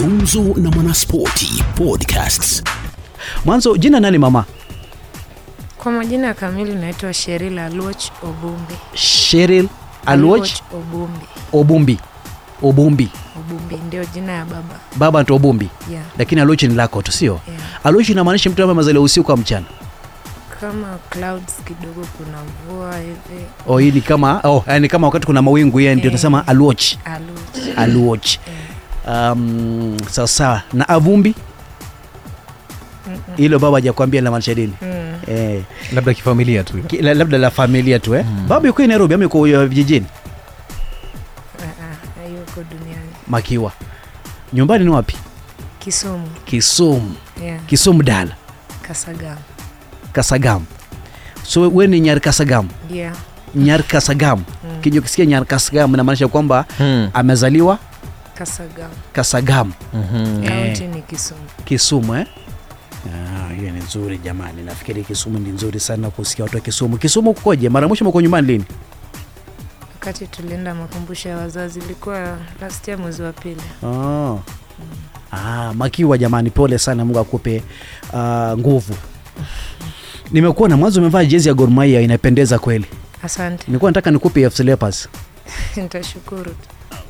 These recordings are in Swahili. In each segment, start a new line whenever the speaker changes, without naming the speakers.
Gumzo na Mwanaspoti Podcasts.
Mwanzo, jina nani mama?
Kwa majina kamili naitwa Sheril Aluoch Obumbi.
Sheryl Aluoch
Aluoch Obumbi.
Obumbi. Obumbi,
Obumbi ndio jina ya baba.
baba ndo Obumbi,
Yeah.
lakini Aluoch ni lako tu, sio?
Yeah.
Aluoch inamaanisha mtu ambaye amezaliwa usiku kwa mchana.
Kama clouds kidogo kuna mvua hivi.
Oh, hii ni kama oh, yani kama wakati kuna mawingu yeye ndio
Eh.
tunasema Aluoch.
Aluoch.
Aluoch. Um, sawa sawa. Na Avumbi? Hilo baba hajakwambia linamaanisha nini? Eh,
labda kifamilia tu Mm.
ki- la- labda la familia tu eh. Baba yuko Nairobi ama yuko uh, vijijini?
Ah, ah, yuko duniani.
Makiwa. Nyumbani ni wapi?
Kisumu.
Kisumu.
Yeah.
Kisumu dala.
Kasagam.
Kasagam. So wewe ni Nyar Kasagam.
Yeah.
Nyar Kasagam. Mm. Kija ukisikia Nyar Kasagam inamaanisha kwamba mm. amezaliwa
Kasagam.
Mm. Kasagam
Kaunti ni Kisumu.
Kisumu eh? Ah, hiyo ni nzuri jamani. Nafikiri Kisumu ni nzuri sana kusikia watu wa Kisumu. Kisumu kukoje? Mara mwisho mko nyumbani lini?
Wakati tulienda makumbusho ya wazazi ilikuwa last year mwezi wa pili.
Oh. Ah, Makiwa jamani, pole sana, Mungu akupe ah, nguvu. Nimekuona mwanzo umevaa jezi ya Gor Mahia inapendeza kweli.
Asante.
Nilikuwa nataka nikupe AFC Leopards.
Nitashukuru.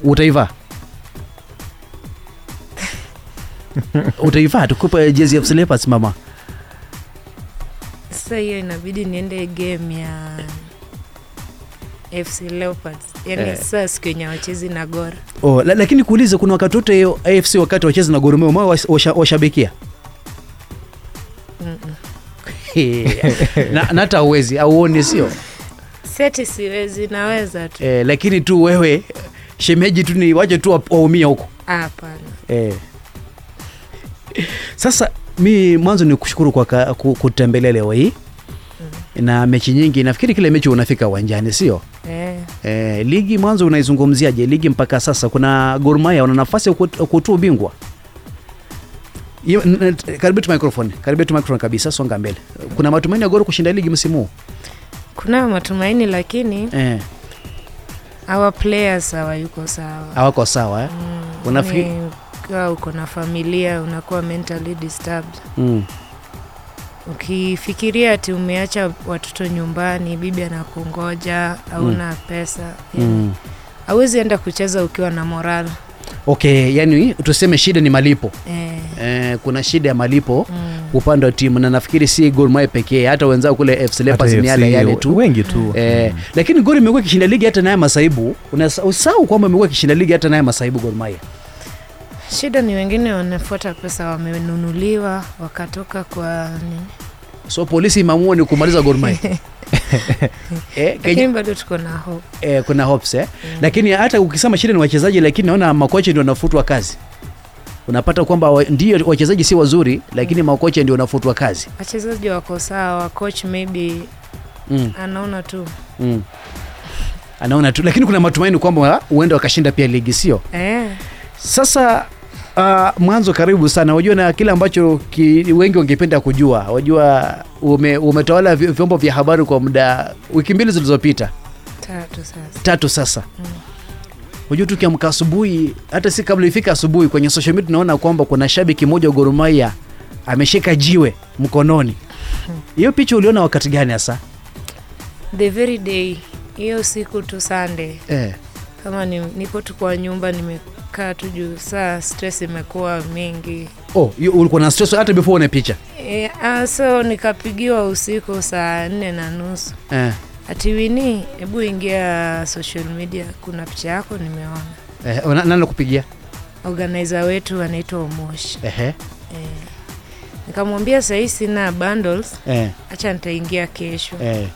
Utaivaa? Utaivaa tukupe jezi ya AFC Leopards mama.
Sasa hiyo inabidi niende game ya FC Leopards. Yaani
Eh.
sasa siku yenye wachezi na Gor.
Oh, la, lakini kuulize kuna wakati wote hiyo AFC wakati wacheza na Gor Mahia umewahi was- washa- washabikia? na na hata hauwezi auoni sio
Seti siwezi, naweza tu.
eh, lakini tu wewe shemeji tu ni waje tu wa- waumia huko
Ah, Hapana.
eh. Sasa mi mwanzo ni kushukuru kwa ka- ku- kutembelea leo hii na mechi nyingi, nafikiri kila mechi unafika uwanjani sio?
Eh,
Eh, ligi mwanzo unaizungumziaje ligi mpaka sasa? Kuna Gor Mahia wana nafasi ya kut- kutua ubingwa? Hiyo- n- n- Karibia tu microphone, karibia tu microphone kabisa, songa mbele. Kuna matumaini ya Gor kushinda ligi msimu huu?
kunayo matumaini lakini
Eh,
our players hawayuko sawa.
hawako sawa eh?
Mm,
Unafikiri
Ni Ukiwa uko na familia unakuwa mentally disturbed.
mm.
Ukifikiria ati umeacha watoto nyumbani, bibi anakungoja, hauna pesa,
Mm.
hauwezi enda kucheza ukiwa na moral.
Okay, yani tuseme shida ni malipo
Eh,
eh, kuna shida ya malipo
mm.
upande wa timu na nafikiri si Gor Mahia pekee, hata wenzao kule FC
Hata
Leopards ni
AFC
yale yale tu
wengi tu Mm.
Eh, lakini Gor imekuwa ikishinda ligi hata naye masaibu. Unasa- Usahau kwamba imekuwa ikishinda ligi hata naye masaibu Gor Mahia.
Shida ni wengine wanafuata pesa, wamenunuliwa wakatoka kwa nini,
so polisi imeamua ni kumaliza Gor Mahia eh,
lakini Mm.
Kenya,
bado tuko na hope.
eh, kuna hopes eh. Lakini hata ukisema shida ni wachezaji, lakini naona makocha ndio wanafutwa kazi. Unapata kwamba wa, ndio wachezaji si wazuri,
Mm.
lakini makocha ndio wanafutwa kazi.
Wachezaji wako sawa, coach maybe
Mm,
anaona tu
mm. Anaona tu, lakini kuna matumaini kwamba huenda wakashinda pia ligi, sio
eh,
Sasa uh, mwanzo karibu sana. Unajua na kile ambacho ki, wengi wangependa kujua. Unajua ume, umetawala vy- vyombo vya habari kwa muda wiki mbili zilizopita
tatu sasa.
tatu sasa. Unajua tu kiamka asubuhi, hata si kabla ifika asubuhi, kwenye social media tunaona kwamba kuna shabiki mmoja wa Gor Mahia ameshika jiwe mkononi. Hiyo picha uliona wakati gani hasa?
The very day hiyo siku tu Sunday,
Eh.
kama ni, niko tu kwa nyumba nimekaa tu juu, saa stress imekuwa mingi
Oh, hiyo ulikuwa na stress hata before una picha.
e, ah, so nikapigiwa usiku saa nne na nusu
Eh.
ati Winnie, hebu ingia social media, kuna picha yako nimeona.
Eh, na- nani nakupigia?
Organizer wetu anaitwa Omosh.
Ehe.
nikamwambia sahii sina bundles
Eh.
hacha nitaingia kesho
Eh.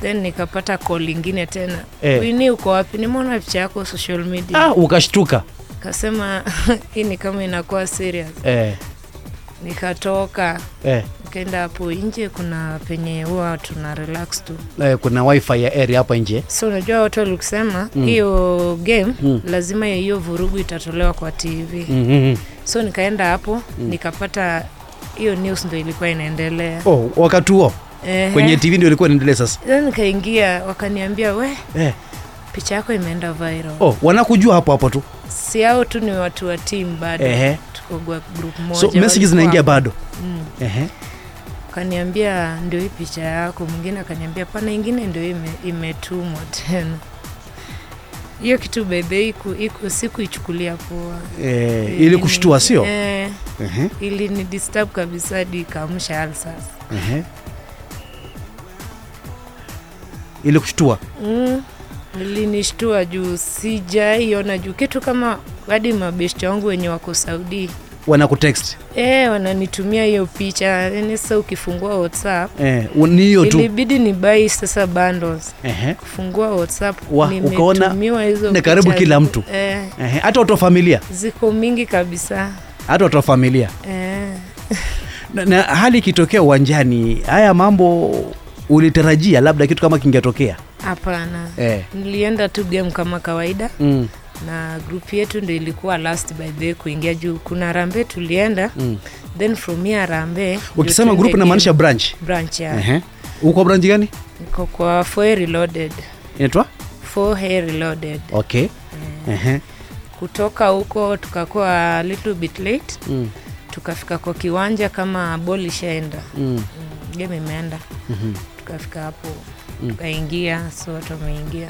then nikapata call ingine tena
Eh.
eh. Wini uko wapi? Nimeona picha yako social media
ah, ukashtuka
kasema hii ni kama inakuwa serious.
eh,
Nikatoka
eh,
nikaenda hapo nje, kuna penye huwa tuna relax tu,
eh, kuna wifi ya area hapa nje
so unajua watu walikusema mm. hiyo game mm. lazima hiyo vurugu itatolewa kwa TV mm.
mm-hmm.
so nikaenda hapo mm. nikapata hiyo news ndo ilikuwa inaendelea
oh, wakati huo
Ehe.
kwenye tv ndio ilikuwa inaendelea sasa
Then nikaingia wakaniambia, we
eh.
picha yako imeenda viral.
oh, wanakujua hapo hapo tu
Si hao tu ni watu wa timu bado,
Ehe.
tuko gwa- group moja.
so messages
walikuwa
zinaingia
hapo.
bado
Mm.
Ehe.
Kaniambia ndio hii picha yako, mwingine akaniambia pana, ingine ndio hii ime- imetumwa tena. Hiyo kitu bebe iku, iku sikuichukulia poa
eh, ili kushtua sio
Eh,
Ehe,
ili ni disturb kabisa hadi ikaamsha alsas.
ehe. ili kushtua
Mm, ilinishtua juu sijaiona juu kitu kama hadi mabeshte wangu wenye wako Saudi
wanakutext
e, wananitumia hiyo picha yani. Sasa ukifungua WhatsApp
eh, wa- ni hiyo tu
ilibidi ni bai sasa bundles
Ehe,
kufungua WhatsApp
Wa- ukaona
nimetumiwa hizo
na karibu
picha.
kila mtu.
e,
ehe. hata watu wa familia
ziko mingi kabisa
hata watu wa familia
e,
na, na hali ikitokea uwanjani haya mambo ulitarajia labda kitu kama kingetokea
hapana
eh.
nilienda tu game kama kawaida
mm.
na grupu yetu ndo ilikuwa last by the way kuingia juu kuna rambe tulienda mm. then from here rambe ndio
ukisema
tuende
group namaanisha
game.
branch
branch ya
Ehe. uko branch gani
niko kwa Foe reloaded
inaitwa
Foe reloaded
okay Ehe.
kutoka huko tukakuwa a little bit late
Mm.
tukafika kwa kiwanja kama bol ishaenda
Mm.
Mm, game imeenda
Mhm.
tukafika hapo
Mm.
tukaingia so watu wameingia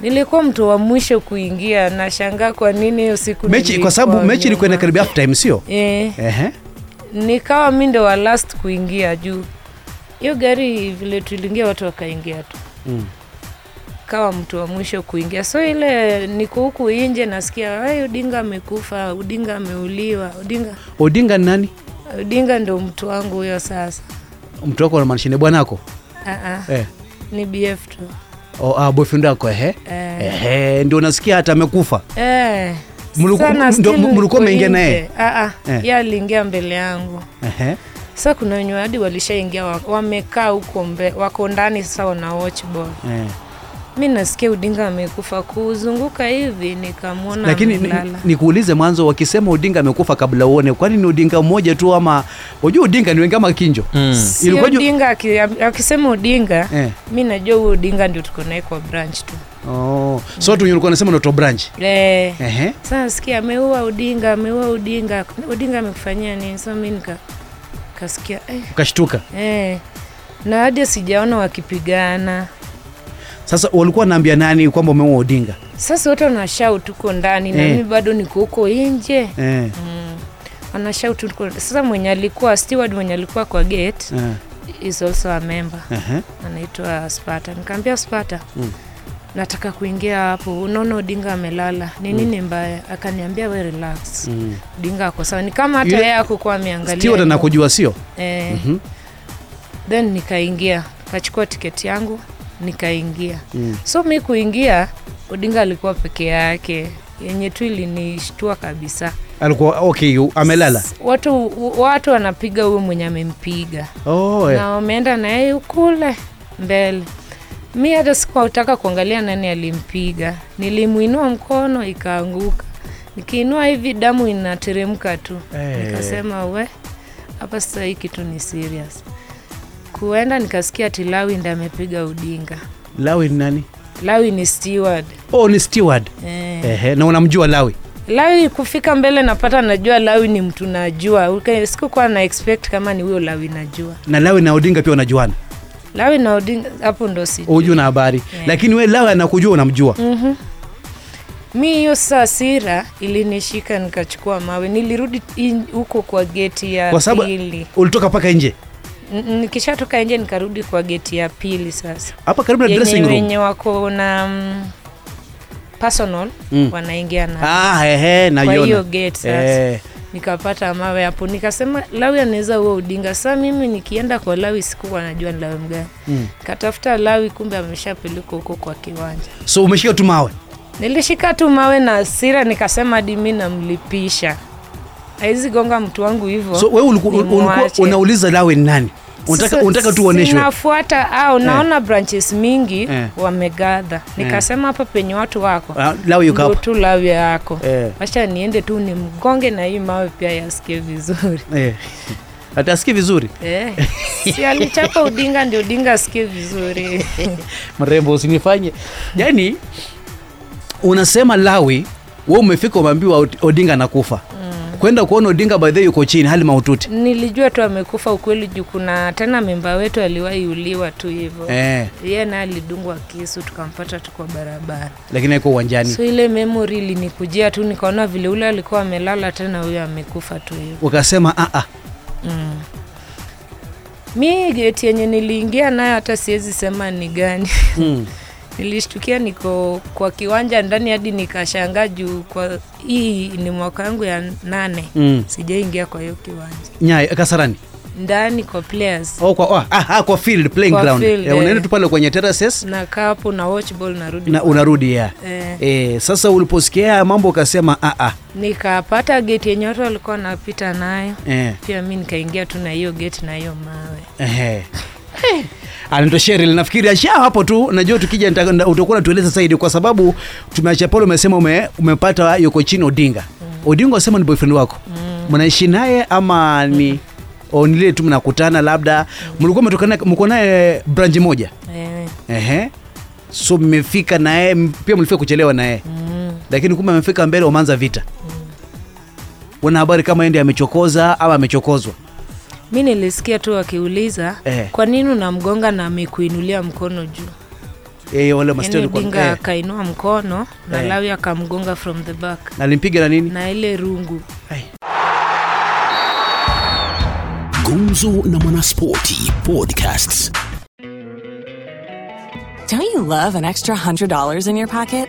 nilikuwa mtu wa mwisho kuingia nashangaa kwa nini hiyo siku
mechi kwa sababu mechi ilikuwa inakaribia half time sio
e,
Ehe.
nikawa mi ndo wa last kuingia juu hiyo gari vile tuliingia watu wakaingia tu
Mm.
kawa mtu wa mwisho kuingia so ile niko huku nje nasikia "Ai, udinga amekufa udinga ameuliwa udinga
odinga ni nani
udinga ndo mtu wangu huyo sasa
mtu wako namaanisha ni bwanako
Aa,
eh.
ni bf tu
O, ah, boyfriend wako ehe
Eh.
ehe ndio nasikia hata amekufa
Eh,
Mliku-
sana
ndo-
still
mlikuwa
niko
mmeingia
nje.
naye?
Aa,
Eh.
ye aliingia mbele yangu
Ehe.
sasa kuna wenye hadi walishaingia wa- wamekaa huko mbe- wako ndani sasa wana watch ball
Eh.
mi nasikia udinga amekufa kuzunguka hivi nikamwona
lakini ni-
amelala.
nikuulize mwanzo wakisema odinga amekufa kabla uone kwani ni odinga mmoja tu ama wajua odinga ni wengi ama kinjo mm.
Si Odinga aki- akisema Odinga
Eh.
mi najua huyo Odinga ndio tuko naye kwa branch tu
oh. so watu wenye ulikuwa nasema noto branch
eh.
ehe
Sasa nasikia ameua Odinga, ameua Odinga, Odinga amekufanyia nini? So mi nika kasikia eh,
ukashtuka
eh. na hadi sijaona wakipigana.
sasa walikuwa naambia nani kwamba umeua odinga
Sasa wote wanashout huko ndani na
Eh.
mimi bado niko huko nje
eh.
wanashout huko. Sasa mwenye alikuwa steward mwenye alikuwa kwa gate
eh.
is also a member
ehe.
anaitwa Spata. Nikaambia Spata mm. nataka kuingia hapo, unaona Odinga amelala, ni nini mbaya? Akaniambia we relax mm. Odinga ako sawa, ni kama hata
Yule-
yeye akukuwa ameangalia
Steward
hivyo.
anakujua sio
eh, then nikaingia nikachukua tiketi yangu nikaingia mm. so mi kuingia Odinga alikuwa peke yake yenye tu ilinishtua kabisa
alikuwa okay u- amelala
S- watu, watu wanapiga huyo mwenye amempiga
oh, eh.
na wameenda na yeye kule mbele. Mi hata sikutaka kuangalia nani alimpiga, nilimwinua mkono ikaanguka, nikiinua hivi damu inateremka tu
Eh.
nikasema we, hapa sasa hii kitu ni serious. Kuenda nikasikia ati Lawi ndiye amepiga Odinga.
lawi ni nani
Lawi ni steward
oh ni steward
eh.
ehe. na unamjua lawi
Lawi kufika mbele napata najua Lawi ni mtu najua, Uke- sikukuwa na expect kama ni huyo Lawi najua.
na lawi na odinga pia unajuana
Lawi na Odinga hapo ndo si
uju na habari
Eh.
lakini we lawi anakujua unamjua
Mm, mi hiyo saa sira ilinishika nikachukua mawe nilirudi in- huko kwa geti ya
kwa sababu
pili
ulitoka mpaka nje
N- n- nikishatoka nje nikarudi kwa geti ya pili sasa
hapa karibu na dressing
yenye
room
wenye wako na mm, personal wanaingia na
ah, ehe,
kwa
naiona
hiyo geti sasa
Eh,
nikapata mawe hapo, nikasema Lawi anaweza huo Odinga. Sasa mimi nikienda kwa Lawi sikuwa najua ni Lawi mgani mm. Katafuta Lawi, kumbe ameshapelekwa huko kwa kiwanja.
so umeshika tu mawe
Nilishika tu mawe na hasira, nikasema hadi mi namlipisha, haizi gonga mtu wangu hivyo.
so we ulikuwa ulikuwa
nimwache.
unauliza lawe ni nani unataka,
So,
unataka tu uoneshwe
Sinafuata au naona branches mingi
Eh.
wamegadha, nikasema hapa penye watu wako
Ah, lawe yuko
ndo
hapa
tu lawi yako
Eh.
wacha niende tu ni mgonge na hii mawe pia yasikie vizuri
Eh. atasikii vizuri
eh. si alichapa udinga ndio udinga asikie vizuri
mrembo usinifanye yani unasema lawi we umefika umeambiwa Od- odinga nakufa mm. kwenda kuona odinga baadhi yuko chini hali mahututi
Mm. nilijua tu amekufa ukweli juu kuna tena memba wetu aliwahi uliwa tu hivyo
eh,
yeye naye alidungwa kisu tukampata tu kwa barabara
lakini aiko uwanjani
so ile memory ilinikujia tu nikaona vile ule alikuwa amelala tena huyo amekufa tu hivyo
ukasema ah, ah,
mi geti yenye niliingia nayo hata siwezi sema ni gani mm. nilishtukia niko kwa kiwanja ndani hadi nikashangaa juu kwa hii ni mwaka yangu ya nane
Mm.
sijaingia kwa hiyo kiwanja
nyaya kasarani
ndani kwa players
oh, kwa, oh, ah, ah, kwa field playing
Kwa
ground
field,
eh, unaenda
eh.
tu pale kwenye terraces
nakaa hapo na watch ball narudi
na unarudi ya
Eh.
eh, sasa uliposikia haya mambo ukasema ah, ah,
nikapata geti yenye watu walikuwa napita nayo
eh,
pia mi nikaingia tu na hiyo geti na hiyo mawe
eh. anaitwa Ah, Cheryl nafikiri asha hapo tu najua tukija nita- nda- utakuwa natueleza zaidi kwa sababu tumeacha pale umesema ume, umepata yuko chini Odinga Odinga wasema ni boyfriend wako mnaishi naye ama ni au ni lile tu mnakutana labda mlikuwa mmetokana mko naye branch moja
eh.
Ehe. So mmefika naye m- pia mlifika kuchelewa naye mm. Lakini kumbe amefika mbele, wameanza vita mm. Wana habari kama yeye ndiye amechokoza ama amechokozwa
mi nilisikia tu wakiuliza
Eh.
kwa nini unamgonga na amekuinulia mkono juu
yeye, wale
Yaani
masteri kwa
Odinga
eh,
akainua mkono na
Eh.
Lawi akamgonga from the back
na alimpiga na nini
na ile rungu.
Ai.
Gumzo na Mwanaspoti Podcasts.
Don't you love an extra $100 in your pocket?